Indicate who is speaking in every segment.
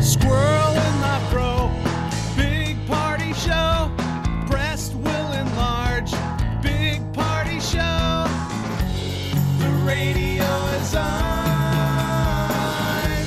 Speaker 1: Squirrel in the fro, big party show. Breast will enlarge, big party show. The radio is on.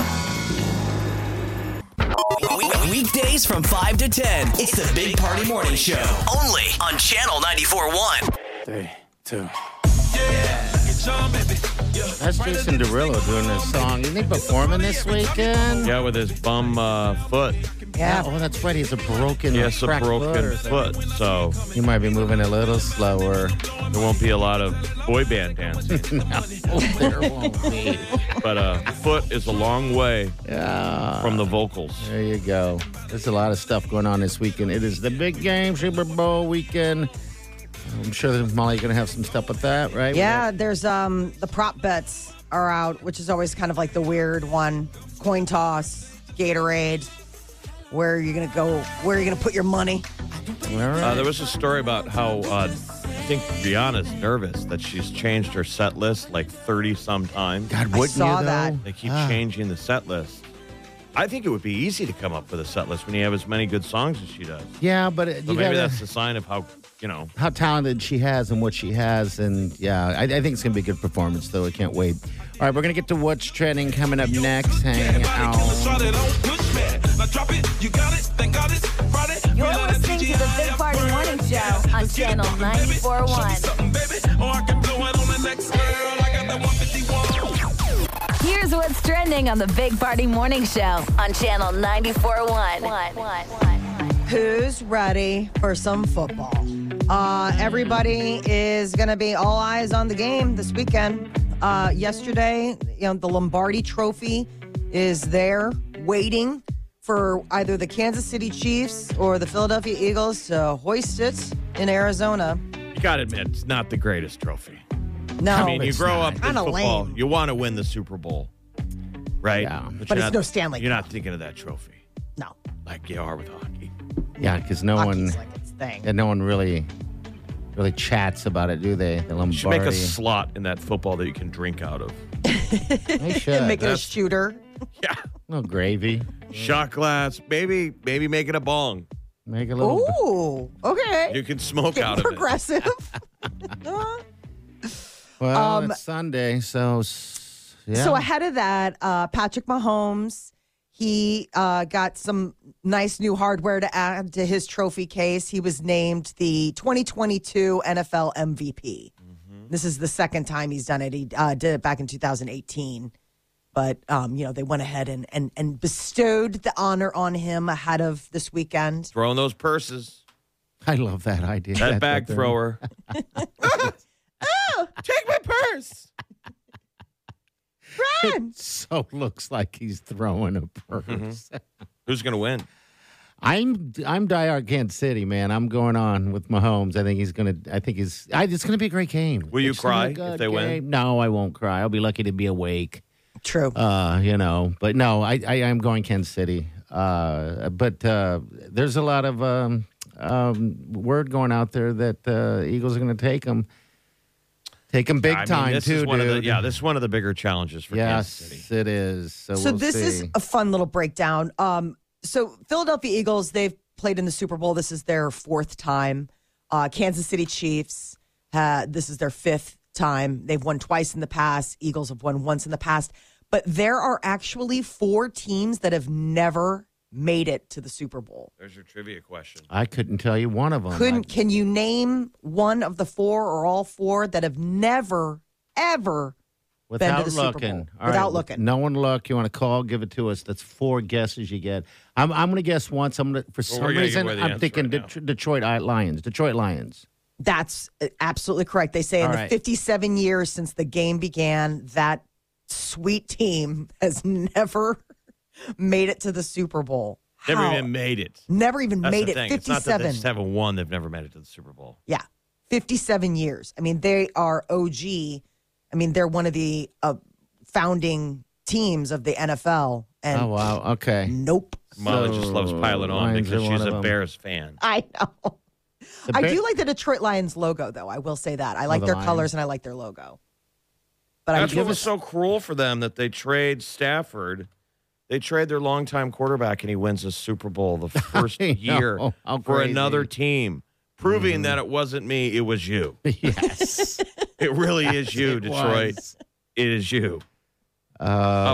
Speaker 2: Weekdays from 5 to 10. It's the Big Party Morning Show. Only on Channel 94.1.
Speaker 3: Three, two.
Speaker 4: That's Jason Derulo doing this song. Isn't he performing this weekend?
Speaker 5: Yeah, with his bum uh, foot.
Speaker 4: Yeah. Oh, that's right. He has a broken,
Speaker 5: He has a
Speaker 4: cracked
Speaker 5: broken
Speaker 4: or something.
Speaker 5: foot, so
Speaker 4: You might be moving a little slower.
Speaker 5: there won't be a lot of boy band dancing.
Speaker 4: Oh, there won't be.
Speaker 5: but a foot is a long way
Speaker 4: Yeah.
Speaker 5: from the vocals.
Speaker 4: There you go. There's a lot of stuff going on this weekend. It is the big game, Super Bowl weekend. I'm sure that Molly's going to have some stuff with that, right?
Speaker 6: Yeah, there's um the prop bets are out, which is always kind of like the weird one. Coin toss, Gatorade. Where are you gonna go? Where are you gonna put your money?
Speaker 4: All right.
Speaker 5: Uh, there was a story about how uh, I think Rihanna's nervous that she's changed her set list like 30 some times.
Speaker 4: God,
Speaker 6: I
Speaker 4: wouldn't
Speaker 6: saw
Speaker 4: you, though?
Speaker 6: that.
Speaker 5: They keep
Speaker 4: Ah.
Speaker 5: changing the set list. I think it would be easy to come up with a set list when you have as many good songs as she does.
Speaker 4: Yeah, but it-
Speaker 5: So
Speaker 4: you
Speaker 5: maybe
Speaker 4: gotta-
Speaker 5: that's a sign of how, you know,
Speaker 4: how talented she has and what she has. And yeah, I, I think it's going to be a good performance, though. I can't wait. All right, we're going to get to what's trending coming up next. Hang out.
Speaker 7: You're listening to the Big Party Morning Show on Channel 941. Here's what's trending on the Big Party Morning Show on Channel 941.
Speaker 6: Who's ready for some football? Uh, everybody is going to be all eyes on the game this weekend. Uh, yesterday, you know, the Lombardi Trophy is there waiting for either the Kansas City Chiefs or the Philadelphia Eagles to hoist it in Arizona.
Speaker 5: you got to admit, it's not the greatest trophy.
Speaker 6: No,
Speaker 5: I mean, you
Speaker 4: it's
Speaker 5: grow
Speaker 4: not.
Speaker 5: up in
Speaker 6: Kinda
Speaker 5: football,
Speaker 6: lame.
Speaker 5: you want to win the Super Bowl, right?
Speaker 4: Yeah.
Speaker 6: But
Speaker 5: you're
Speaker 6: it's
Speaker 5: not-
Speaker 6: no Stanley
Speaker 5: You're
Speaker 6: Cup.
Speaker 5: not thinking of that trophy
Speaker 6: no,
Speaker 5: like you are with hockey.
Speaker 4: Yeah, because no one,
Speaker 6: hockey's like its thing.
Speaker 4: yeah, no one really, really chats about it, do they? The
Speaker 5: You should make a
Speaker 4: Lombardi.
Speaker 5: slot in that football that you can drink out of.
Speaker 4: They should.
Speaker 6: Make it a shooter.
Speaker 5: Yeah,
Speaker 4: no gravy.
Speaker 5: shot glass. Maybe, maybe make it a bong.
Speaker 4: Make a little.
Speaker 6: Ooh, okay.
Speaker 5: You can smoke
Speaker 6: Get
Speaker 5: out of it.
Speaker 6: progressive.
Speaker 4: Well,
Speaker 6: Um,
Speaker 4: it's Sunday, so s- yeah.
Speaker 6: So ahead of that, uh, Patrick Mahomes, he uh, got some nice new hardware to add to his trophy case. He was named the 2022 NFL MVP.
Speaker 5: Mm-hmm.
Speaker 6: This is the second time he's done it. He uh, did it back in 2018, but um, you know they went ahead and, and and bestowed the honor on him ahead of this weekend.
Speaker 5: Throwing those purses.
Speaker 4: I love that idea. That's
Speaker 5: That bag
Speaker 4: what they're-
Speaker 5: thrower.
Speaker 1: Take my purse.
Speaker 6: Run!
Speaker 4: So looks like he's throwing a purse.
Speaker 5: Mm-hmm. Who's gonna win?
Speaker 4: I'm I'm diehard Kansas City man. I'm going on with Mahomes. I think he's gonna. I think he's. I, it's gonna be a great game.
Speaker 5: Will you
Speaker 4: It's gonna be
Speaker 5: cry
Speaker 4: a
Speaker 5: if
Speaker 4: good
Speaker 5: they win?
Speaker 4: game. No, I won't cry. I'll be lucky to be awake.
Speaker 6: True.
Speaker 4: Uh, you know, but no, I I am going Kansas City. Uh, but uh, there's a lot of um, um, word going out there that uh, Eagles are gonna take them. Take them big
Speaker 5: I mean,
Speaker 4: time
Speaker 5: this
Speaker 4: too,
Speaker 5: is one
Speaker 4: dude.
Speaker 5: Of the, yeah, this is one of the bigger challenges for Kansas City.
Speaker 4: yes, it is. So,
Speaker 6: So
Speaker 4: we'll
Speaker 6: this is
Speaker 4: see.
Speaker 6: a fun little breakdown. Um, so Philadelphia Eagles, they've played in the Super Bowl. This is their fourth time. Uh, Kansas City Chiefs. Uh, this is their fifth time. They've won twice in the past. Eagles have won once in the past. But there are actually four teams that have never made it to the Super Bowl.
Speaker 5: There's your trivia question.
Speaker 4: I couldn't tell you one of them.
Speaker 6: Couldn't? Can you name one of the four or all four that have never ever? been to
Speaker 4: Without
Speaker 6: the Super
Speaker 4: looking.
Speaker 6: Bowl.
Speaker 4: All
Speaker 6: Without looking.
Speaker 4: No one look. You want to call? Give it to us. That's four guesses you get. I'm, I'm going to guess once. I'm gonna, for some
Speaker 5: we're gonna give
Speaker 4: reason
Speaker 5: away the
Speaker 4: I'm
Speaker 5: answer
Speaker 4: thinking
Speaker 5: right now.
Speaker 4: Det- Detroit I- Lions. Detroit Lions.
Speaker 6: That's uh, absolutely correct. They say in
Speaker 4: All
Speaker 6: the
Speaker 4: right.
Speaker 6: 57 years since the game began, that sweet team has never made it to the Super Bowl.
Speaker 5: Never
Speaker 6: How?
Speaker 5: even made it.
Speaker 6: Never even
Speaker 5: That's
Speaker 6: made
Speaker 5: the
Speaker 6: it.
Speaker 5: thing. It's not that
Speaker 6: 57.
Speaker 5: they just haven't won. They've never made it to the Super Bowl.
Speaker 6: yeah, 57 years. I mean, they are OG. I mean, they're one of the uh, founding teams of the NFL. And
Speaker 4: Oh wow. Okay.
Speaker 6: nope.
Speaker 5: Molly just loves piling on
Speaker 4: Lions
Speaker 5: because
Speaker 4: are one of
Speaker 5: she's a
Speaker 4: them.
Speaker 5: Bears fan.
Speaker 6: I know.
Speaker 4: The
Speaker 6: I
Speaker 4: Bear-
Speaker 6: do like the Detroit Lions logo, though. I will say that. I like
Speaker 4: the
Speaker 6: their
Speaker 4: lion.
Speaker 6: colors and I like their logo. But
Speaker 5: Oh, That's
Speaker 6: I
Speaker 5: what
Speaker 6: give
Speaker 5: was so cruel for them that they trade Stafford. They trade their longtime quarterback and he wins a Super Bowl the first
Speaker 4: I know.
Speaker 5: year
Speaker 4: How
Speaker 5: for
Speaker 4: crazy. Mm.
Speaker 5: another team, proving that it wasn't me, it was you.
Speaker 4: yes.
Speaker 5: It really is you,
Speaker 4: it
Speaker 5: Detroit.
Speaker 4: was.
Speaker 5: It is you.
Speaker 4: Uh,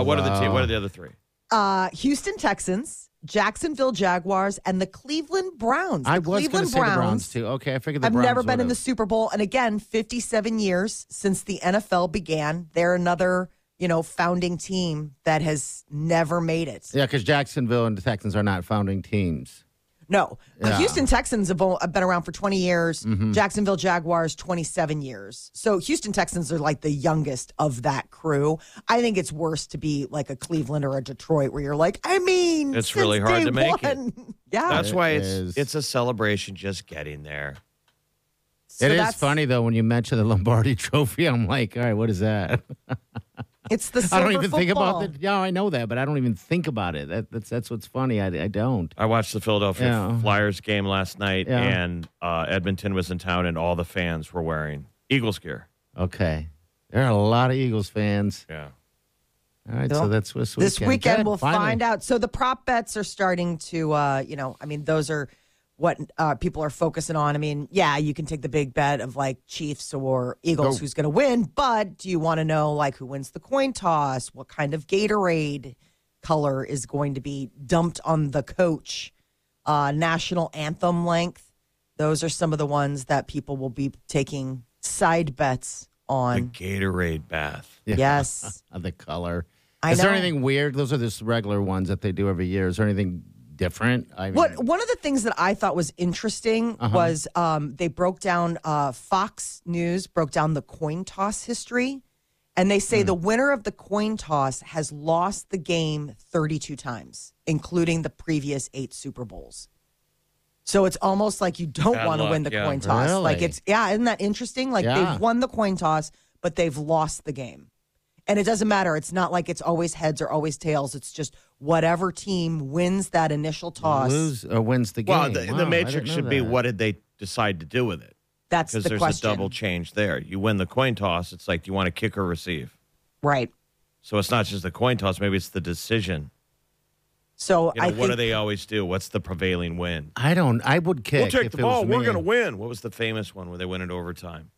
Speaker 5: Uh, what are the two?
Speaker 4: wow.
Speaker 5: What are the other three?
Speaker 6: uh, Houston Texans, Jacksonville Jaguars, and the Cleveland Browns. The
Speaker 4: I was going to
Speaker 6: Cleveland
Speaker 4: say the Browns too. Okay, I figured the
Speaker 6: I've
Speaker 4: Browns.
Speaker 6: never been in the
Speaker 4: would've.
Speaker 6: Super Bowl, and again, 57 years since the NFL began. They're another, you know, founding team that has never made it.
Speaker 4: Yeah, because Jacksonville and the Texans are not founding teams.
Speaker 6: No, The
Speaker 4: Yeah. Mm-hmm.
Speaker 6: Houston Texans have o- have been around for 20 years. Jacksonville Jaguars 27 years. So Houston Texans are like the youngest of that crew. I think it's worse to be like a Cleveland or a Detroit, where you're like, I mean,
Speaker 5: It's
Speaker 6: since
Speaker 5: really hard
Speaker 6: day
Speaker 5: to make it.
Speaker 6: one. Yeah,
Speaker 5: That's
Speaker 4: It
Speaker 5: why it's
Speaker 4: is.
Speaker 5: it's a celebration just getting there.
Speaker 6: So
Speaker 4: it is
Speaker 6: that's-
Speaker 4: funny though when you mention the Lombardi Trophy. I'm like, all right, what is that?
Speaker 6: It's the
Speaker 4: I
Speaker 6: silver
Speaker 4: don't even think about
Speaker 6: football.
Speaker 4: it. Yeah, I know that, but I don't even think about it. That, that's that's what's funny. I, I don't.
Speaker 5: I watched the Philadelphia
Speaker 4: Yeah.
Speaker 5: Flyers game last night,
Speaker 4: Yeah.
Speaker 5: and uh, Edmonton was in town, and all the fans were wearing Eagles gear.
Speaker 4: Okay, there are a lot of Eagles fans.
Speaker 5: Yeah,
Speaker 4: All right,
Speaker 6: Well,
Speaker 4: so that's this weekend.
Speaker 6: This weekend
Speaker 4: Good,
Speaker 6: we'll
Speaker 4: finally.
Speaker 6: find out. So the prop bets are starting to, uh, you know, I mean, those are what uh, people are focusing on. I mean, yeah, you can take the big bet of like Chiefs or Eagles, who's going to win, but do you want to know like who wins the coin toss? What kind of Gatorade color is going to be dumped on the coach? Uh, national anthem length. Those are some of the ones that people will be taking side bets
Speaker 5: the
Speaker 6: on.
Speaker 5: Gatorade bath.
Speaker 4: Yeah.
Speaker 6: Yes.
Speaker 4: of the color.
Speaker 6: I
Speaker 4: is there
Speaker 6: know.
Speaker 4: anything weird? Those are just regular ones that they do every year. Is there anything different? I mean,
Speaker 6: What one of the things that I thought was interesting was um, they broke down uh, Fox News broke down the coin toss history, and they say the winner of the coin toss has lost the game 32 times, including the previous eight Super Bowls. So it's almost like you don't
Speaker 5: Bad
Speaker 6: want to
Speaker 5: luck,
Speaker 6: win the
Speaker 5: yeah.
Speaker 6: coin toss. Like
Speaker 4: Really?
Speaker 6: it's yeah, isn't that interesting? Like
Speaker 4: Yeah.
Speaker 6: they've won the coin toss, but they've lost the game. And it doesn't matter. It's not like it's always heads or always tails. It's just whatever team wins that initial toss.
Speaker 4: Lose or wins the game.
Speaker 5: Well, the,
Speaker 4: Wow, I
Speaker 5: the
Speaker 4: didn't
Speaker 5: matrix
Speaker 4: know
Speaker 5: should be
Speaker 4: that.
Speaker 5: what did they decide to do with it?
Speaker 6: That's the
Speaker 5: Because there's
Speaker 6: question.
Speaker 5: a double change there. You win the coin toss. It's like, do you want to kick or receive?
Speaker 6: Right.
Speaker 5: So it's not just the coin toss. Maybe it's the decision.
Speaker 6: So
Speaker 5: You know,
Speaker 6: I
Speaker 5: what do
Speaker 6: think
Speaker 5: they always do? What's the prevailing win?
Speaker 4: I don't. I would kick.
Speaker 5: We'll take
Speaker 4: if
Speaker 5: the
Speaker 4: it was
Speaker 5: ball. We're
Speaker 4: me.
Speaker 5: going to win. What was the famous one where they went into overtime?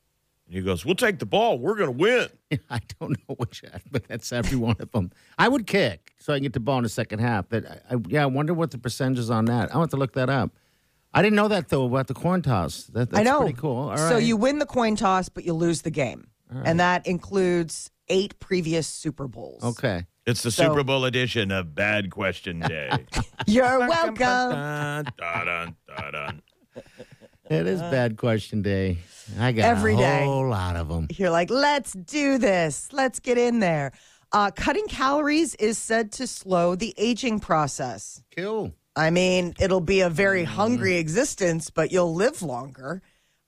Speaker 5: And he goes, "We'll take the ball. We're going to win."
Speaker 4: I don't know which, but that's every one of them. I would kick so I can get the ball in the second half. But I, I, yeah, I wonder what the percentage is on that. I will have to look that up. I didn't know that though about the corn toss. That, that's
Speaker 6: I know.
Speaker 4: pretty cool. All
Speaker 6: So
Speaker 4: right.
Speaker 6: you win the coin toss, but you lose the game. And that includes eight previous Super Bowls.
Speaker 4: okay?
Speaker 5: It's the
Speaker 6: So-
Speaker 5: Super Bowl edition of Bad Question Day.
Speaker 6: You're welcome.
Speaker 5: Dun, dun, dun, dun, dun.
Speaker 4: It is bad question day. I got
Speaker 6: Uh, Every
Speaker 4: a
Speaker 6: day.
Speaker 4: whole lot of them.
Speaker 6: You're like, let's do this. Let's get in there. Uh, cutting calories is said to slow the aging process.
Speaker 4: Cool.
Speaker 6: I mean, it'll be a very
Speaker 5: Mm.
Speaker 6: hungry existence, but you'll live longer.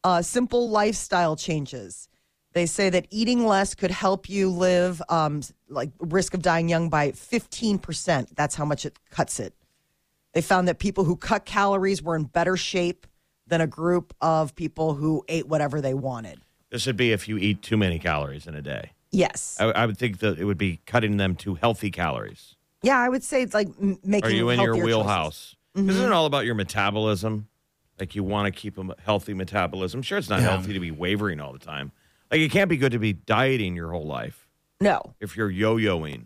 Speaker 6: Uh, simple lifestyle changes. They say that eating less could help you live, um, s- like risk of dying young by 15%. That's how much it cuts it. They found that people who cut calories were in better shape than a group of people who ate whatever they wanted.
Speaker 5: This would be if you eat too many calories in a day.
Speaker 6: Yes.
Speaker 5: I, I would think that it would be cutting them to healthy calories.
Speaker 6: Yeah, I would say it's like m- making
Speaker 5: Are you in your
Speaker 6: healthier choices. Mm-hmm.
Speaker 5: wheelhouse? Isn't it all about your metabolism? Like you want to keep a healthy metabolism. Sure, it's not healthy to be wavering all the time. Like it can't be good to be dieting your whole life
Speaker 6: No.
Speaker 5: if you're yo-yoing.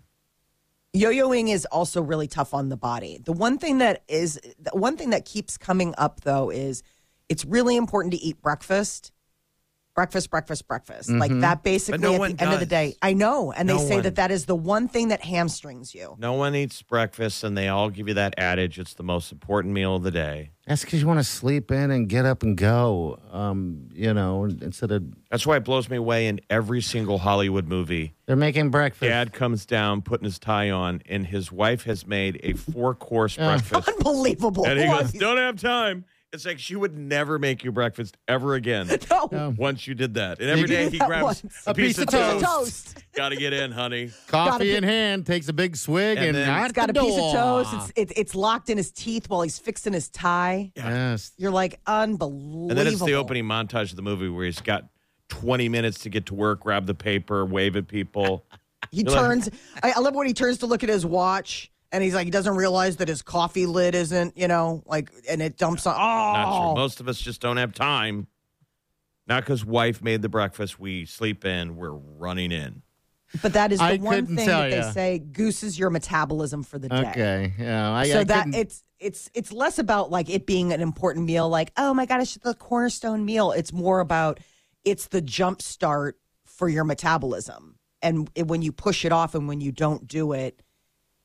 Speaker 6: Yo-yoing is also really tough on the body. The one thing that is the one thing that keeps coming up though is it's really important to eat breakfast. Breakfast, breakfast, breakfast. Like that basically
Speaker 5: Mm-hmm. no
Speaker 6: at
Speaker 5: one
Speaker 6: the end of the
Speaker 5: does.
Speaker 6: day. I know. And
Speaker 5: No
Speaker 6: they say
Speaker 5: one.
Speaker 6: that that is the one thing that hamstrings you.
Speaker 5: No one eats breakfast, and they all give you that adage: it's the most important meal of the day.
Speaker 4: That's because you want to sleep in and get up and go. Um, you know, instead of
Speaker 5: That's why it blows me away in every single Hollywood movie.
Speaker 4: they're making breakfast.
Speaker 5: Dad comes down, putting his tie on, and his wife has made a four-course breakfast.
Speaker 6: Unbelievable.
Speaker 5: And he
Speaker 6: Why?
Speaker 5: goes, "Don't have time." It's like she would never make you breakfast ever again.
Speaker 6: No.
Speaker 5: Once you did that, and every
Speaker 4: You did
Speaker 5: day he
Speaker 6: that
Speaker 5: grabs
Speaker 6: once.
Speaker 5: a, piece of
Speaker 6: piece of
Speaker 5: toast.
Speaker 6: toast.
Speaker 5: Got to get in, honey.
Speaker 4: Coffee
Speaker 6: Gotta
Speaker 4: in hand, takes a big swig
Speaker 5: And
Speaker 4: and,
Speaker 5: then-
Speaker 4: out
Speaker 6: He's got
Speaker 4: the
Speaker 6: a piece
Speaker 4: door.
Speaker 6: of toast. It's, it's it's locked in his teeth while he's fixing his tie.
Speaker 4: yes.
Speaker 6: You're like unbelievable.
Speaker 5: And then it's the opening montage of the movie where he's got 20 minutes to get to work, grab the paper, wave at people.
Speaker 6: He
Speaker 5: You're like-
Speaker 6: turns. I, I love when he turns to look at his watch, and he's like, he doesn't realize that his coffee lid isn't, you know, like, and it dumps on.
Speaker 5: Not
Speaker 6: Oh,
Speaker 5: sure. Most of us just don't have time. Not because wife made the breakfast. We sleep in. We're running in.
Speaker 6: but that is the
Speaker 4: I
Speaker 6: one
Speaker 4: couldn't
Speaker 6: thing
Speaker 4: tell
Speaker 6: that they
Speaker 4: ya.
Speaker 6: say gooses your metabolism for the day.
Speaker 4: Okay. Yeah. I,
Speaker 6: So
Speaker 4: I
Speaker 6: that
Speaker 4: couldn't-
Speaker 6: it's it's it's less about like it being an important meal, like oh my god, it's the cornerstone meal. It's more about it's the jump start for your metabolism, and it- when you push it off and when you don't do it,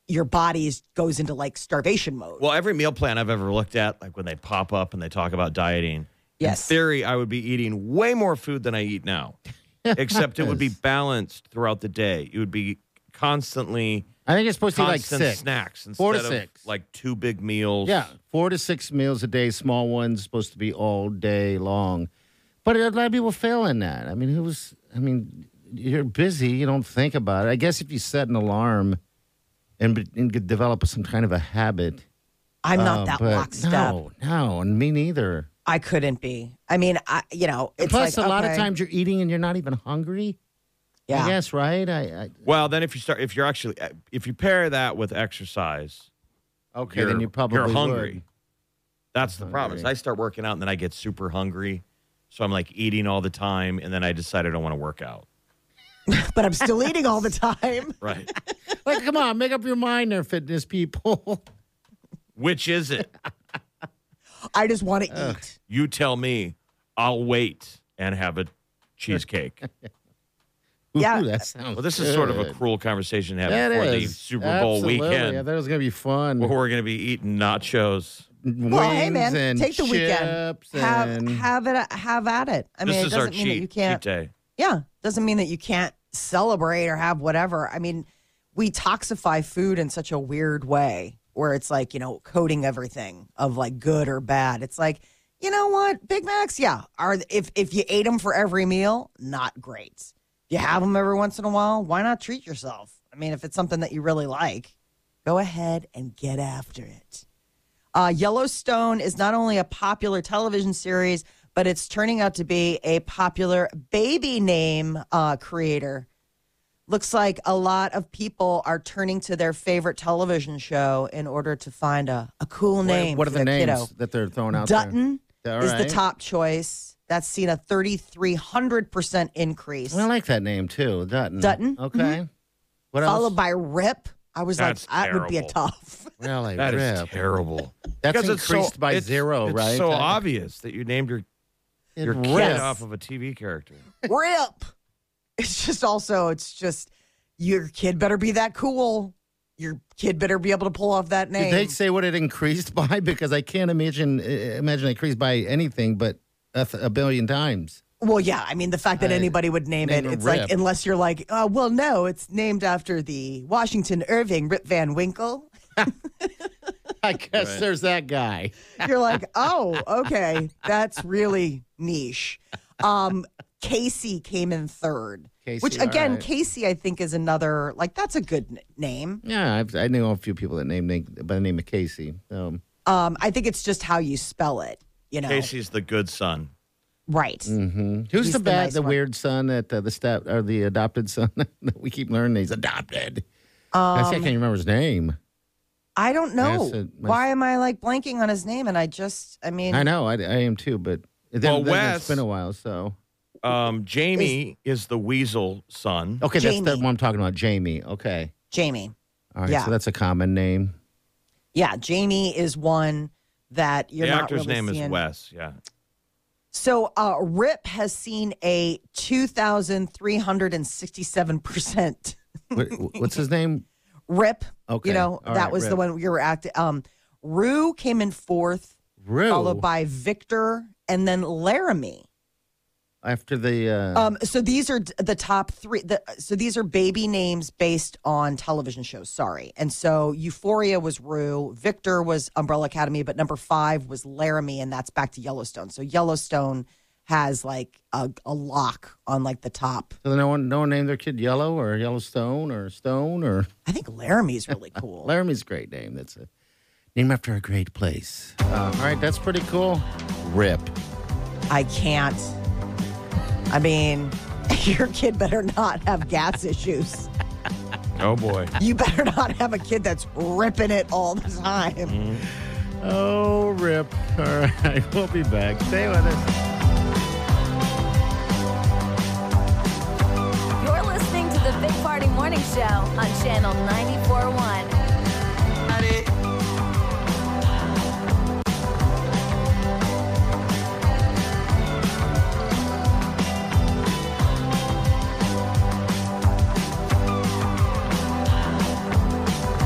Speaker 6: your body is, goes into like starvation mode.
Speaker 5: Well, every meal plan I've ever looked at, like when they pop up and they talk about dieting,
Speaker 6: Yes.
Speaker 5: in theory, I would be eating way more food than I eat now, except it would be balanced throughout the day. It would be constantly
Speaker 4: I think it's supposed to be like
Speaker 5: constant
Speaker 4: six.
Speaker 5: snacks instead
Speaker 4: Four to
Speaker 5: of
Speaker 4: six.
Speaker 5: like two big meals.
Speaker 4: Yeah, four to six meals a day, small ones, supposed to be all day long. But a lot of people fail in that. I mean, who was, I mean, you're busy, you don't think about it. I guess if you set an alarm and, be- and could develop some kind of a habit.
Speaker 6: I'm
Speaker 4: uh,
Speaker 6: not that
Speaker 4: but
Speaker 6: lockstep.
Speaker 4: No, no, and me neither.
Speaker 6: I couldn't be. I mean, I you know, it's
Speaker 4: Plus,
Speaker 6: like,
Speaker 4: a lot of
Speaker 6: okay,
Speaker 4: times you're eating and you're not even hungry.
Speaker 6: yeah,
Speaker 4: I guess, right? I,
Speaker 5: Well, then if you start, if you're actually, eh, if you pair that with exercise,
Speaker 4: I okay,
Speaker 5: you're,
Speaker 4: then you probably
Speaker 5: you're hungry.
Speaker 4: would.
Speaker 5: That's the problem. Is I start working out and then I get super hungry, so I'm like eating all the time, and then I decide I don't want to work out.
Speaker 6: but I'm still eating all the time.
Speaker 5: Right?
Speaker 4: Like, come on, make up your mind, there, fitness people.
Speaker 5: Which is it?
Speaker 6: I just want to eat.
Speaker 5: You tell me. I'll wait and have a cheesecake.
Speaker 4: Ooh,
Speaker 6: Yeah.
Speaker 4: that sounds.
Speaker 5: Well, this is sort of a
Speaker 4: good.
Speaker 5: cruel conversation to have
Speaker 4: That
Speaker 5: before the
Speaker 4: is.
Speaker 5: Super Bowl
Speaker 4: Absolutely.
Speaker 5: weekend,
Speaker 4: I thought it was going to be fun.
Speaker 5: where we're going to be eating nachos.
Speaker 6: Well, hey
Speaker 4: Wings
Speaker 6: man,
Speaker 4: and
Speaker 6: take the weekend.
Speaker 4: chips
Speaker 6: Have
Speaker 4: and-
Speaker 6: have it have at it. I mean,
Speaker 5: this
Speaker 6: it
Speaker 5: is
Speaker 6: doesn't
Speaker 5: our
Speaker 6: mean that you
Speaker 5: cheat, cheat
Speaker 6: can't
Speaker 5: day.
Speaker 6: Yeah, doesn't mean that you can't celebrate or have whatever. I mean, we toxify food in such a weird way where it's like, you know, coding everything of like good or bad. It's like, you know what? Big Macs, yeah, are if if you ate them for every meal, not great. You have them every once in a while, why not treat yourself? I mean, if it's something that you really like, go ahead and get after it. Uh, Yellowstone is not only a popular television series, but it's turning out to be a popular baby name uh, creator. Looks like a lot of people are turning to their favorite television show in order to find a, a cool name.
Speaker 4: What are
Speaker 6: for
Speaker 4: the
Speaker 6: their
Speaker 4: names
Speaker 6: kiddo.
Speaker 4: that they're throwing out
Speaker 6: Dutton
Speaker 4: there? All
Speaker 6: is the
Speaker 4: right.
Speaker 6: top choice. That's seen a 3,300% increase,
Speaker 4: Well, I like that name too, Dutton.
Speaker 6: Dutton, Mm-hmm.
Speaker 4: Okay. What else?
Speaker 6: followed by Rip. I was
Speaker 5: That's
Speaker 6: like, that would be a
Speaker 5: terrible.
Speaker 6: tough.
Speaker 4: well, I
Speaker 5: That is
Speaker 4: rip.
Speaker 5: terrible.
Speaker 4: That's
Speaker 5: Because it's so-
Speaker 4: increased by
Speaker 5: it's-
Speaker 4: zero,
Speaker 5: it's
Speaker 4: right?
Speaker 5: so
Speaker 4: I-
Speaker 5: obvious that you named your
Speaker 4: It
Speaker 5: your kid
Speaker 4: rips.
Speaker 5: off of a TV character.
Speaker 6: Rip. It's just also, it's just your kid better be that cool. Your kid better be able to pull off that name.
Speaker 4: Did they say what it increased by? Because I can't imagine uh, imagine it increased by anything but a, th- a billion times.
Speaker 6: well, yeah. I mean, the fact that anybody would name it,
Speaker 4: name it
Speaker 6: it's
Speaker 4: Rip.
Speaker 6: like, unless you're like, oh, well, no, it's named after the Washington Irving Rip Van Winkle.
Speaker 4: I guess
Speaker 5: Right.
Speaker 4: there's that guy.
Speaker 6: You're like, oh, okay. That's really niche. Um, Casey came in third, which
Speaker 4: Casey, all
Speaker 6: again,
Speaker 4: right.
Speaker 6: Casey, I think, is another, like, that's a good n- name.
Speaker 4: Yeah, I've, I knew a few people that named Nick by the name of Casey. Um,
Speaker 6: Um, I think it's just how you spell it, you know?
Speaker 5: Casey's the good son.
Speaker 6: Right.
Speaker 5: Mm-hmm.
Speaker 4: Who's
Speaker 6: He's
Speaker 4: the
Speaker 6: the
Speaker 4: bad,
Speaker 6: nice
Speaker 4: the
Speaker 6: one.
Speaker 4: weird son that uh, the step or the
Speaker 6: Um,
Speaker 4: adopted son that we keep learning he's adopted? I see, I can't remember his name.
Speaker 6: I don't know.
Speaker 4: Acid-
Speaker 6: Why am I like blanking on his name? And I just, I mean,
Speaker 4: I know, I, I am too, but then,
Speaker 5: Well,
Speaker 4: then
Speaker 5: Wes-
Speaker 4: it's been a while, so.
Speaker 5: Um, Jamie is the weasel son.
Speaker 6: Oh,
Speaker 4: Okay, that's
Speaker 6: Jamie.
Speaker 4: the one I'm talking about, Jamie. Okay.
Speaker 6: Jamie.
Speaker 4: All right,
Speaker 6: Yeah.
Speaker 4: so that's a common name.
Speaker 6: Yeah, Jamie is one that you're
Speaker 5: the
Speaker 6: not
Speaker 5: actor's
Speaker 6: really
Speaker 5: name
Speaker 6: seeing.
Speaker 5: is Wes. Yeah.
Speaker 6: So uh, Rip has seen a 2,367%
Speaker 4: What, what's his name?
Speaker 6: Rip.
Speaker 4: Okay,
Speaker 6: You know,
Speaker 4: all
Speaker 6: that
Speaker 4: right,
Speaker 6: was the
Speaker 4: Rip.
Speaker 6: one you were acting. Um, Rue came in fourth,
Speaker 4: Rue.
Speaker 6: followed by Victor and then Laramie.
Speaker 4: After the. Uh,
Speaker 6: Um, so these are d- the top three. The, so these are baby names based on television shows. Sorry, and so Euphoria was Rue, Victor was Umbrella Academy, but number five was Laramie, and that's back to Yellowstone. So Yellowstone has like a, a lock on like the top.
Speaker 4: so no one, no one named their kid Yellow or Yellowstone or Stone or.
Speaker 6: I think Laramie's really cool.
Speaker 4: Laramie's a great name. That's a name after a great place. Uh, all right, that's pretty cool. Rip.
Speaker 6: I can't. I mean, your kid better not have gas issues.
Speaker 5: Oh boy.
Speaker 6: You better not have a kid that's ripping it all the time.
Speaker 4: Oh, Rip. All right, we'll be back. Stay with us.
Speaker 7: You're listening to the Big Party Morning Show on Channel 94.1.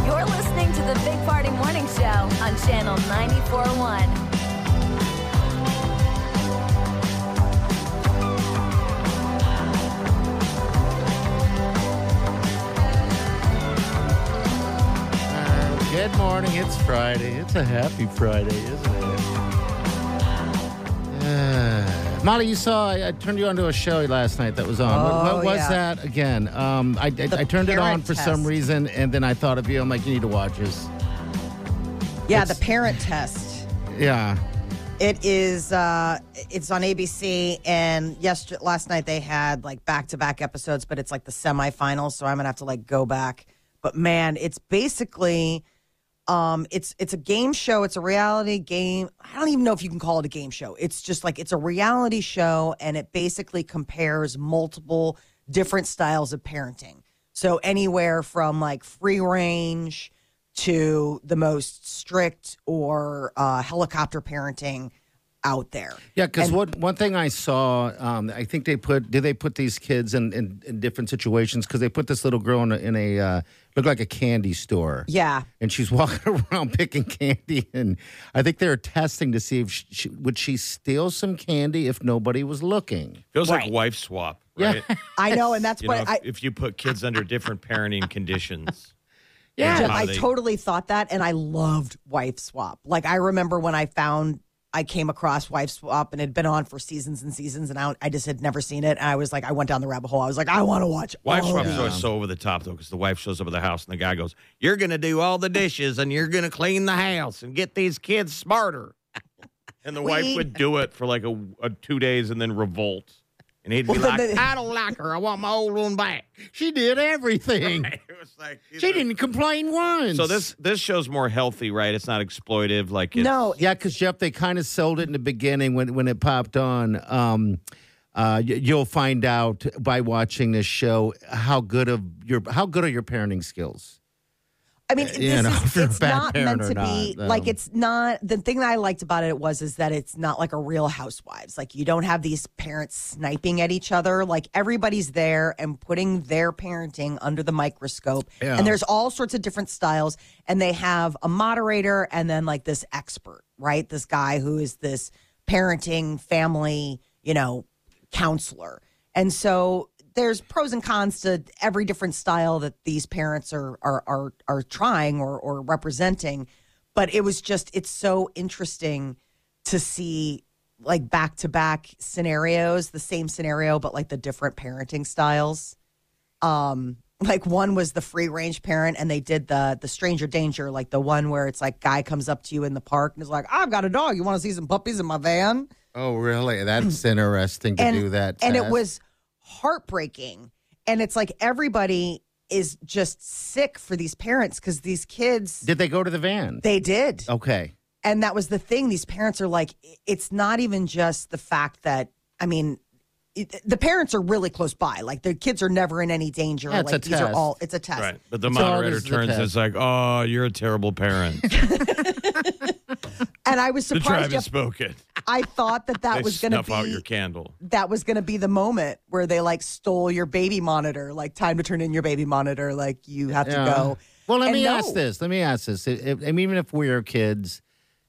Speaker 7: You're listening to the Big Party Morning Show on Channel 94.1.
Speaker 4: Uh, good morning. It's Friday. It's a happy Friday, isn't it? Uh, Molly, you saw I, I turned you onto a show last night that was on. What- what,
Speaker 6: Oh,
Speaker 4: was
Speaker 6: yeah.
Speaker 4: that again? Um, I, I, I turned it on
Speaker 6: Parent
Speaker 4: for
Speaker 6: Test.
Speaker 4: some reason, and then I thought of you. I'm like, you need to watch this.
Speaker 6: Yeah, the parent test.
Speaker 4: Yeah.
Speaker 6: It is. Uh, it's on ABC, and yesterday, last night they had like back to back episodes, but it's like the semifinals, so I'm gonna have to like go back. But man, it's basically, um, it's it's a game show. It's a reality game. I don't even know if you can call it a game show. It's just like it's a reality show, and it basically compares multiple different styles of parenting. So anywhere from like free range to the most strict or uh, helicopter parenting out there.
Speaker 4: Yeah, because what one thing I saw, um, I think they put did they put these kids in in, in different situations because they put this little girl in a, in a uh, looked like a candy store.
Speaker 6: Yeah.
Speaker 4: And she's walking around picking candy, and I think they were testing to see if she, she would she steal some candy if nobody was looking.
Speaker 5: Feels like wife swap, right?
Speaker 6: I know, and that's
Speaker 5: You know,
Speaker 6: what
Speaker 5: if,
Speaker 6: I
Speaker 5: if you put kids under different parenting conditions.
Speaker 6: Jeff,
Speaker 5: how
Speaker 6: I
Speaker 5: they-
Speaker 6: totally thought that, and I loved Wife Swap. Like I remember when I found I came across Wife Swap, and it had been on for seasons and seasons, and I, I just had never seen it. And I was like, I went down the rabbit hole. I was like, I want to watch.
Speaker 5: Wife
Speaker 6: all of
Speaker 5: swap
Speaker 6: it.
Speaker 5: is always so over the top though, because the wife shows up at the house and the guy goes, "You're gonna do all the dishes and you're gonna clean the house and get these kids smarter." And the wife
Speaker 6: We-
Speaker 5: would do it for like a, a two days and then revolt, and he'd be
Speaker 6: Well,
Speaker 5: like,
Speaker 6: then-
Speaker 5: "I don't like her. I want my old one back."
Speaker 4: She did everything.
Speaker 5: It was like
Speaker 4: She didn't complain once.
Speaker 5: So this this show's more healthy, right? It's not exploitive. Like it's,
Speaker 6: No,
Speaker 4: Yeah, because Jeff, they kind of sold it in the beginning when when it popped on. Um, uh, y- you'll find out by watching this show how good of your how good are your parenting skills.
Speaker 6: I mean,
Speaker 4: you
Speaker 6: this
Speaker 4: know,
Speaker 6: is,
Speaker 4: if you're a
Speaker 6: it's
Speaker 4: bad
Speaker 6: not
Speaker 4: parent
Speaker 6: meant
Speaker 4: or
Speaker 6: to be
Speaker 4: not,
Speaker 6: like
Speaker 4: um,
Speaker 6: it's not. The thing that I liked about it was is that it's not like a Real Housewives. Like you don't have these parents sniping at each other. Like everybody's there and putting their parenting under the microscope.
Speaker 4: Yeah.
Speaker 6: And there's all sorts of different styles. And they have a moderator and then like this expert, right? This guy who is this parenting family, you know, counselor. And so there's pros and cons to every different style that these parents are are are, are trying or or representing. But it was just it's so interesting to see like back to back scenarios, the same scenario, but like the different parenting styles. Um, like one was the free range parent, and they did the the stranger danger, like the one where it's like guy comes up to you in the park and is like, "I've got a dog. You want to see some puppies in my van?"
Speaker 4: Oh, really? That's interesting to do that.
Speaker 6: And it
Speaker 4: test.
Speaker 6: was heartbreaking. And it's like everybody is just sick for these parents because these kids,
Speaker 4: Did they go to the van?
Speaker 6: they did.
Speaker 4: okay.
Speaker 6: and that was the thing these parents are like i- it's not even just the fact that i mean it, the parents are really close by like the kids are never in any danger
Speaker 4: Yeah, it's
Speaker 6: like
Speaker 4: a
Speaker 6: these are
Speaker 4: test.
Speaker 6: all it's a test
Speaker 5: Right. But the
Speaker 4: So
Speaker 5: moderator
Speaker 4: this is the
Speaker 5: turns
Speaker 4: test.
Speaker 5: and is like, oh, you're a terrible parent.
Speaker 6: and i was
Speaker 5: the tribe
Speaker 6: surprised Jeff,
Speaker 5: has spoken.
Speaker 6: i thought that that
Speaker 5: they
Speaker 6: was going to
Speaker 5: snuff out
Speaker 6: be
Speaker 5: your candle.
Speaker 6: that was going to be the moment where they like stole your baby monitor like time to turn in your baby monitor like you have to
Speaker 4: Yeah.
Speaker 6: go
Speaker 4: Well, let
Speaker 6: And
Speaker 4: me
Speaker 6: no.
Speaker 4: ask this. Let me ask this. If, if- I mean, even if we are kids,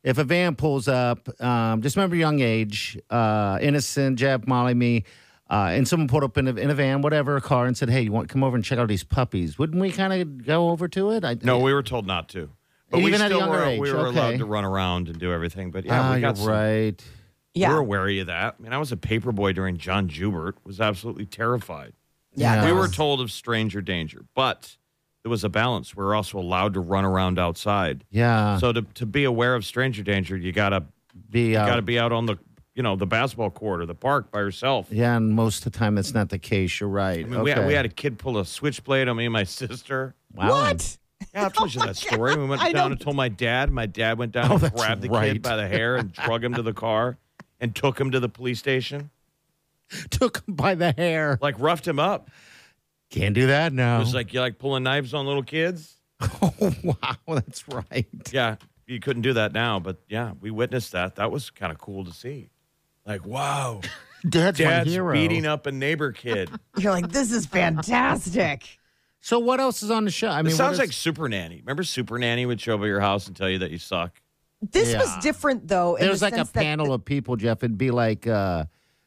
Speaker 4: if a van pulls up, um, just remember young age, uh, innocent, Jeff, Molly, me, uh, and someone pulled up in a, in a van, whatever, a car, and said, "Hey, you want come over and check out these puppies?" Wouldn't we kind of go over to it? I,
Speaker 5: No, we were told not to. But we
Speaker 4: Even at a
Speaker 5: still
Speaker 4: younger
Speaker 5: were,
Speaker 4: age,
Speaker 5: we were
Speaker 4: okay.
Speaker 5: allowed to run around and do everything. But yeah,
Speaker 4: Ah,
Speaker 5: we got
Speaker 4: you're
Speaker 5: some-
Speaker 4: right.
Speaker 6: yeah
Speaker 5: We're wary of that. I mean, I was a paper boy during John Jubert. Was absolutely terrified.
Speaker 6: yeah,
Speaker 5: We
Speaker 6: that
Speaker 5: were
Speaker 6: was-
Speaker 5: told of stranger danger, but there was a balance. We were also allowed to run around outside.
Speaker 4: Yeah,
Speaker 5: So to, to be aware of stranger danger, you gotta
Speaker 4: be
Speaker 5: you
Speaker 4: uh,
Speaker 5: gotta be out on the you know the basketball court or the park by yourself.
Speaker 4: yeah, and most of the time that's not the case. You're right.
Speaker 5: I mean, we,
Speaker 4: okay.
Speaker 5: had, we had a kid pull a switchblade on me and my sister.
Speaker 4: wow.
Speaker 6: what
Speaker 5: Yeah, I've told you that story. We went
Speaker 6: I
Speaker 5: down
Speaker 6: know.
Speaker 5: and told my dad. My dad went down
Speaker 4: Oh,
Speaker 5: and
Speaker 4: that's
Speaker 5: grabbed the
Speaker 4: right.
Speaker 5: kid by the hair and drug him to the car and took him to the police station.
Speaker 4: took him by the hair.
Speaker 5: Like roughed him up.
Speaker 4: Can't do that now.
Speaker 5: It was like you like pulling knives on little kids.
Speaker 4: oh wow, that's right.
Speaker 5: Yeah, you couldn't do that now, but yeah, we witnessed that. That was kind of cool to see. Like, wow,
Speaker 4: Dad's,
Speaker 5: dad's
Speaker 4: my hero.
Speaker 5: beating up a neighbor kid.
Speaker 6: you're like this is fantastic
Speaker 4: So what else is on the show? I mean,
Speaker 5: it
Speaker 4: what
Speaker 5: sounds
Speaker 4: is-
Speaker 5: like Super Nanny. Remember Super Nanny would show up at your house and tell you that you suck?
Speaker 6: this was
Speaker 4: Yeah.
Speaker 6: different though in
Speaker 4: there
Speaker 6: the
Speaker 4: was like a
Speaker 6: sense that-
Speaker 4: panel of people, Jeff. It'd be like uh,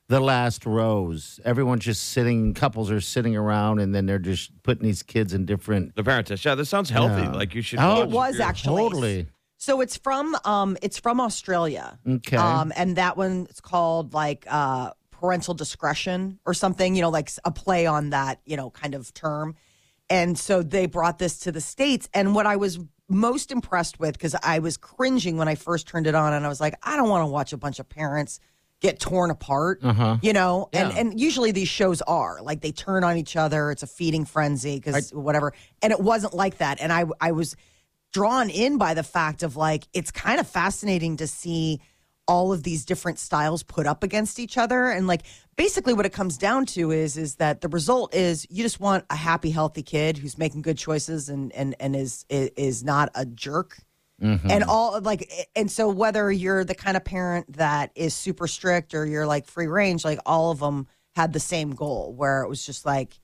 Speaker 4: the last rows. Everyone's just sitting. Couples are sitting around, and then they're just putting these kids in different.
Speaker 5: The parent test. Yeah, this sounds healthy.
Speaker 4: Yeah.
Speaker 5: Like you should.
Speaker 4: Oh,
Speaker 5: watch
Speaker 6: It was
Speaker 5: your-
Speaker 6: actually.
Speaker 4: Totally.
Speaker 6: So it's from um it's from Australia.
Speaker 4: Okay.
Speaker 6: Um and that one it's called like uh parental discretion or something, you know, like a play on that, you know, kind of term. And so they brought this to the states and what I was most impressed with cuz I was cringing when I first turned it on and I was like, I don't want to watch a bunch of parents get torn apart, uh-huh. you know? And and usually these shows are like they turn on each other, it's a feeding frenzy cuz whatever. And it wasn't like that and I I was drawn in by the fact of like it's kind of fascinating to see all of these different styles put up against each other and like basically what it comes down to is is that the result is you just want a happy healthy kid who's making good choices and and and is is, is not a jerk and all like and so whether you're the kind of parent that is super strict or you're like free range like all of them had the same goal where it was just like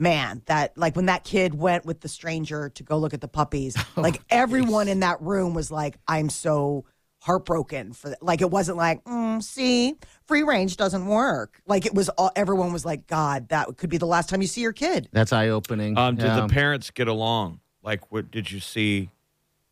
Speaker 6: man that like when that kid went with the stranger to go look at the puppies like everyone in that room was like i'm so heartbroken for that like it wasn't like mm, see free range doesn't work like it was all everyone was like god that could be the last time you see your kid
Speaker 4: That's eye opening.
Speaker 5: Um, did the parents get along? Like, what did you see?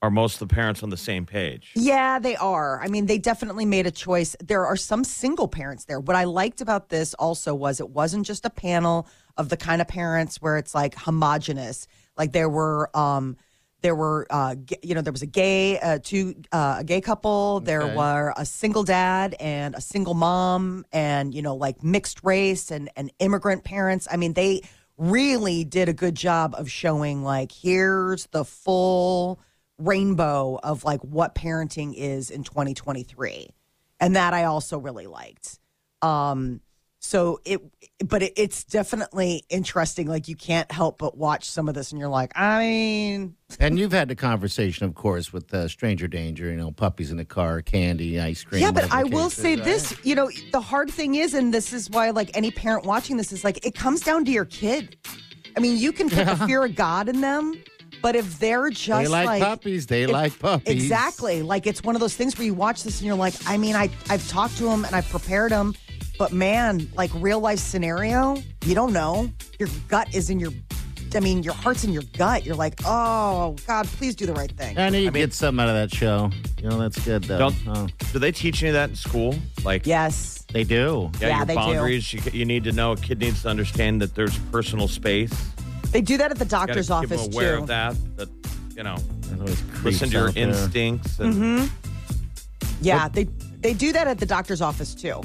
Speaker 5: Are most of the parents on the same page?
Speaker 6: Yeah, they are. I mean, they definitely made a choice. There are some single parents there. What I liked about this also was it wasn't just a panel of the kind of parents where it's like homogenous. Like there were, um, there were, uh, g- you know, there was a gay, uh, two, uh, a gay couple. There were a single dad and a single mom, and you know, like mixed race and and immigrant parents. I mean, they really did a good job of showing like here's the full rainbow of like what parenting is in 2023 and that i also really liked um so it but it, it's definitely interesting like you can't help but watch some of this and you're like i mean
Speaker 4: and you've had the conversation, of course, with uh, stranger danger. You know, puppies in the car, candy, ice cream.
Speaker 6: Yeah, but
Speaker 4: whatever
Speaker 6: I
Speaker 4: the
Speaker 6: will
Speaker 4: case
Speaker 6: say
Speaker 4: is, right?
Speaker 6: this, you know, the hard thing is, and this is why like any parent watching this is like, it comes down to your kid. I mean, you can put the fear of God in them, but if they're just
Speaker 4: They like, puppies. They
Speaker 6: if-
Speaker 4: like puppies.
Speaker 6: Exactly. Like it's one of those things where you watch this and you're like, I mean, I I've talked to him and I've prepared him, but man, like real life scenario, you don't know. Your gut is in your I mean, your heart's in your gut. You're like, oh God, please do the right thing.
Speaker 4: And you get something out of that show. You know, that's good though.
Speaker 5: Don't-
Speaker 4: Oh,
Speaker 5: Do they teach any of that in school? Like,
Speaker 6: Yes.
Speaker 4: they do.
Speaker 5: yeah,
Speaker 6: Yeah,
Speaker 5: your
Speaker 6: they do.
Speaker 5: boundaries. You, you need to know. A kid needs to understand that there's personal space.
Speaker 6: They do that at the
Speaker 5: Gotta
Speaker 6: doctor's
Speaker 5: keep 'em
Speaker 6: office
Speaker 5: aware
Speaker 6: too.
Speaker 5: of that. That you know,
Speaker 4: That always creeps
Speaker 5: listen to your
Speaker 4: out there.
Speaker 5: instincts. And,
Speaker 6: Mm-hmm. Yeah, they they do that at the doctor's office too.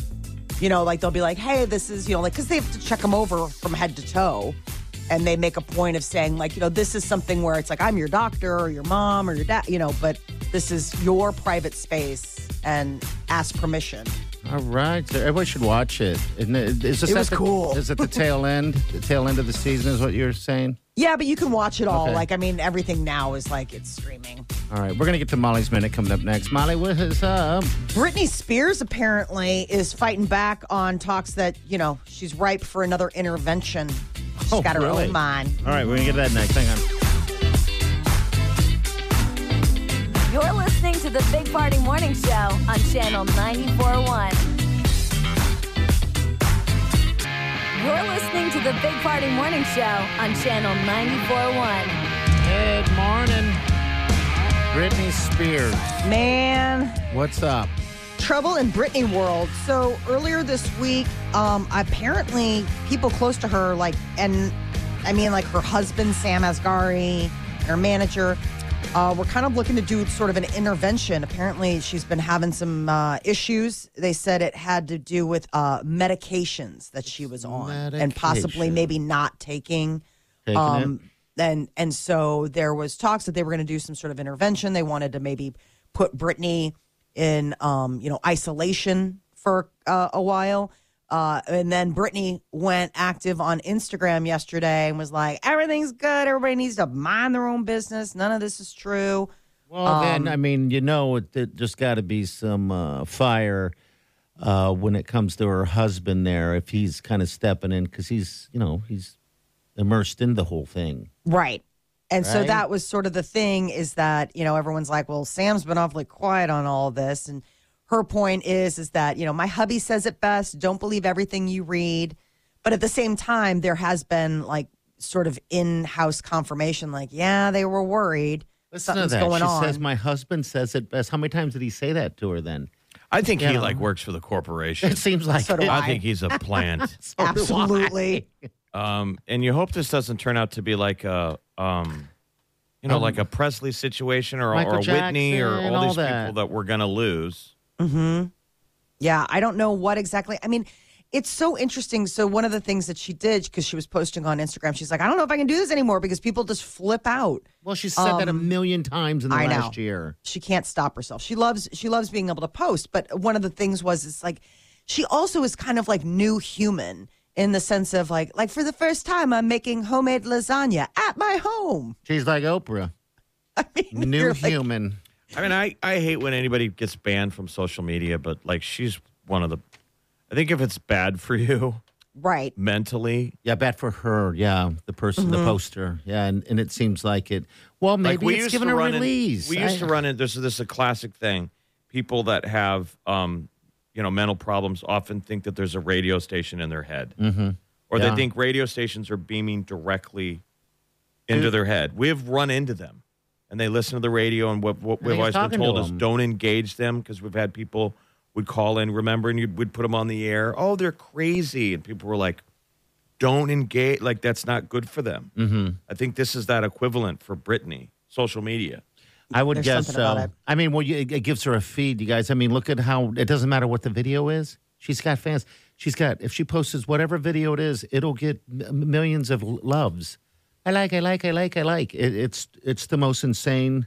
Speaker 6: You know, like they'll be like, "Hey, this is you know, like because they have to check them over from head to toe." and they make a point of saying like, you know, this is something where it's like I'm your doctor or your mom or your dad, you know, but this is your private space and ask permission.
Speaker 4: All right, so everybody should watch it. Isn't it, is this
Speaker 6: It
Speaker 4: at
Speaker 6: was
Speaker 4: the-
Speaker 6: cool.
Speaker 4: Is it the tail end? The tail end of the season is what you're saying.
Speaker 6: Yeah, but you can watch it all.
Speaker 4: Okay.
Speaker 6: Like I mean, everything now is like it's streaming.
Speaker 4: All right, we're gonna get to Molly's minute coming up next. Molly, what is up?
Speaker 6: Britney Spears apparently is fighting back on talks that, you know, she's ripe for another intervention. She's
Speaker 4: Oh,
Speaker 6: got her
Speaker 4: really?
Speaker 6: own mind.
Speaker 4: All right, we're gonna get to that next. Hang on.
Speaker 7: You're listening to the Big Party Morning Show on Channel 941. You're listening to the Big Party Morning Show on Channel 941.
Speaker 4: Good morning, Britney Spears.
Speaker 6: Man.
Speaker 4: What's up?
Speaker 6: trouble in Britney world. So earlier this week, um, apparently people close to her, like, and I mean, like her husband Sam Asghari, her manager, uh, were kind of looking to do sort of an intervention. Apparently, she's been having some uh, issues. They said it had to do with uh, medications that she was on, and possibly
Speaker 4: Medication.
Speaker 6: maybe not taking.
Speaker 4: Taking it?
Speaker 6: Um, And and so there was talks that they were going to do some sort of intervention. They wanted to maybe put Brittany in, um, you know, isolation for uh, a while. Uh, and then Brittany went active on Instagram yesterday and was like, "Everything's good. Everybody needs to mind their own business. None of this is true."
Speaker 4: Well, then
Speaker 6: Um,
Speaker 4: I mean, you know, it, it just got to be some uh, fire uh, when it comes to her husband there, if he's kind of stepping in because he's, you know, he's immersed in the whole thing.
Speaker 6: Right. And so
Speaker 4: Right?
Speaker 6: that was sort of the thing is that, you know, everyone's like, well, Sam's been awfully quiet on all this. And her point is, is that, you know, my hubby says it best. Don't believe everything you read. But at the same time, there has been like sort of in house confirmation, like, yeah, they were worried.
Speaker 4: Listen
Speaker 6: Something's
Speaker 4: to that.
Speaker 6: going
Speaker 4: she
Speaker 6: on.
Speaker 4: says, "My husband says it best." How many times did he say that to her? Then
Speaker 5: I think he
Speaker 4: Yeah.
Speaker 5: like works for the corporation.
Speaker 4: it seems like
Speaker 6: So do
Speaker 4: it.
Speaker 5: I
Speaker 6: Why?
Speaker 5: think he's a plant.
Speaker 4: do I.
Speaker 6: Absolutely.
Speaker 5: Um, and you hope this doesn't turn out to be like a, um, you know, like a Presley situation or,
Speaker 4: Michael
Speaker 5: or a Whitney or
Speaker 4: Jackson,
Speaker 5: all,
Speaker 4: all
Speaker 5: these
Speaker 4: that.
Speaker 5: people that we're going to lose.
Speaker 6: Yeah, I don't know what exactly. I mean, it's so interesting. So one of the things that she did because she was posting on Instagram, she's like, I don't know if I can do this anymore because people just flip out.
Speaker 4: Well, she said that a million times in the
Speaker 6: Um, I know.
Speaker 4: last year.
Speaker 6: she can't stop herself. She loves she loves being able to post, but one of the things was it's like she also is kind of like new human in the sense of like like for the first time I'm making homemade lasagna at my home.
Speaker 4: She's like Oprah,
Speaker 6: I mean,
Speaker 4: new
Speaker 6: you're like-
Speaker 4: human.
Speaker 5: I mean, I, I hate when anybody gets banned from social media, but like she's one of the, I think if it's bad for you
Speaker 6: right?
Speaker 5: mentally,
Speaker 4: Yeah, bad for her. Yeah, the person,
Speaker 6: Mm-hmm.
Speaker 4: the poster. Yeah, and, and it seems like it. Well, maybe
Speaker 5: like we
Speaker 4: it's
Speaker 5: used
Speaker 4: given
Speaker 5: to
Speaker 4: a
Speaker 5: run in-
Speaker 4: release.
Speaker 5: we used to run in. This is this is a classic thing. People that have um, you know mental problems often think that there's a radio station in their head, mm-hmm. or
Speaker 4: Yeah.
Speaker 5: they think radio stations are beaming directly into their head. We've run into them, and they listen to the radio, and what, what we've
Speaker 4: he's
Speaker 5: always been
Speaker 4: talking to
Speaker 5: told is
Speaker 4: them.
Speaker 5: don't engage them because we've had people would call in, remember, and you would put them on the air. Oh, they're crazy, and people were like. Don't engage, like that's not good for them. Mm-hmm. I think this is that equivalent for Brittany, social media.
Speaker 4: I would
Speaker 6: There's
Speaker 4: guess
Speaker 6: something about
Speaker 4: so.
Speaker 6: it.
Speaker 4: I mean, well, you, it gives her a feed, you guys. I mean, look at how it doesn't matter what the video is. She's got fans. She's got if she posts whatever video it is, it'll get m- millions of l- loves. I like, I like, I like, I like. It, it's it's the most insane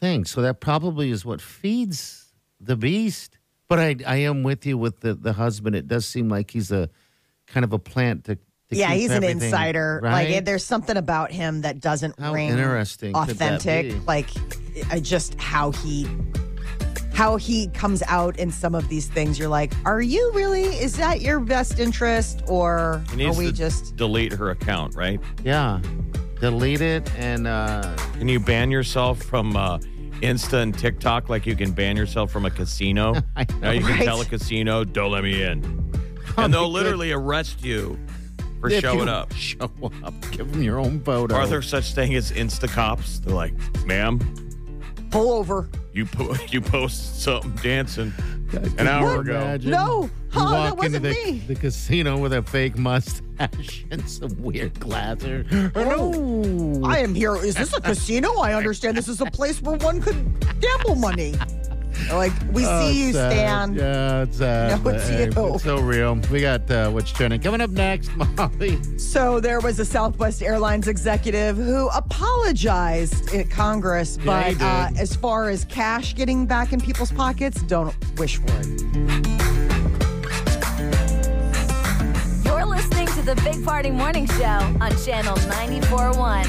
Speaker 4: thing. So that probably is what feeds the beast. But I I am with you with the the husband. It does seem like he's a kind of a plant to. to
Speaker 6: Yeah,
Speaker 4: keep
Speaker 6: he's an
Speaker 4: everything-
Speaker 6: insider.
Speaker 4: Right?
Speaker 6: Like there's something about him that doesn't
Speaker 4: How
Speaker 6: ring
Speaker 4: interesting could that be?
Speaker 6: authentic. Like I just how he how he comes out in some of these things. You're like, are you really? Is that your best interest, or
Speaker 5: He
Speaker 6: are
Speaker 5: needs
Speaker 6: we
Speaker 5: to
Speaker 6: just?
Speaker 5: delete her account, right?
Speaker 4: yeah, delete it and. uh
Speaker 5: Can you ban yourself from uh, Insta and TikTok like you can ban yourself from a casino?
Speaker 4: I know,
Speaker 5: now you can
Speaker 6: right?
Speaker 5: tell a casino, don't let me in. And they'll literally arrest you for
Speaker 4: If
Speaker 5: showing
Speaker 4: you
Speaker 5: up.
Speaker 4: Show up. Give them your own photo.
Speaker 5: Are there such thing as Insta cops? They're like, ma'am,
Speaker 6: Pull over.
Speaker 5: you po- you posted something dancing
Speaker 4: Could
Speaker 5: an hour
Speaker 4: you
Speaker 5: ago.
Speaker 4: imagine?
Speaker 6: No.
Speaker 4: You
Speaker 6: Huh, that
Speaker 4: walk into
Speaker 6: wasn't
Speaker 4: the,
Speaker 6: me.
Speaker 4: the casino with a fake mustache and some weird glasses. Oh, no.
Speaker 6: I am here. Is this a casino? I understand this is a place where one could gamble money. Like, we see you, Stan.
Speaker 4: Oh, Yeah, it's, uh,
Speaker 6: No, it's
Speaker 4: hey,
Speaker 6: you.
Speaker 4: It's so real. We got uh, what's trending coming up next, Molly.
Speaker 6: So there was a Southwest Airlines executive who apologized in Congress,
Speaker 4: Yeah, he
Speaker 6: but uh,
Speaker 4: did.
Speaker 6: as far as cash getting back in people's pockets, don't wish for it.
Speaker 7: You're listening to the Big Party Morning Show on Channel 94.1.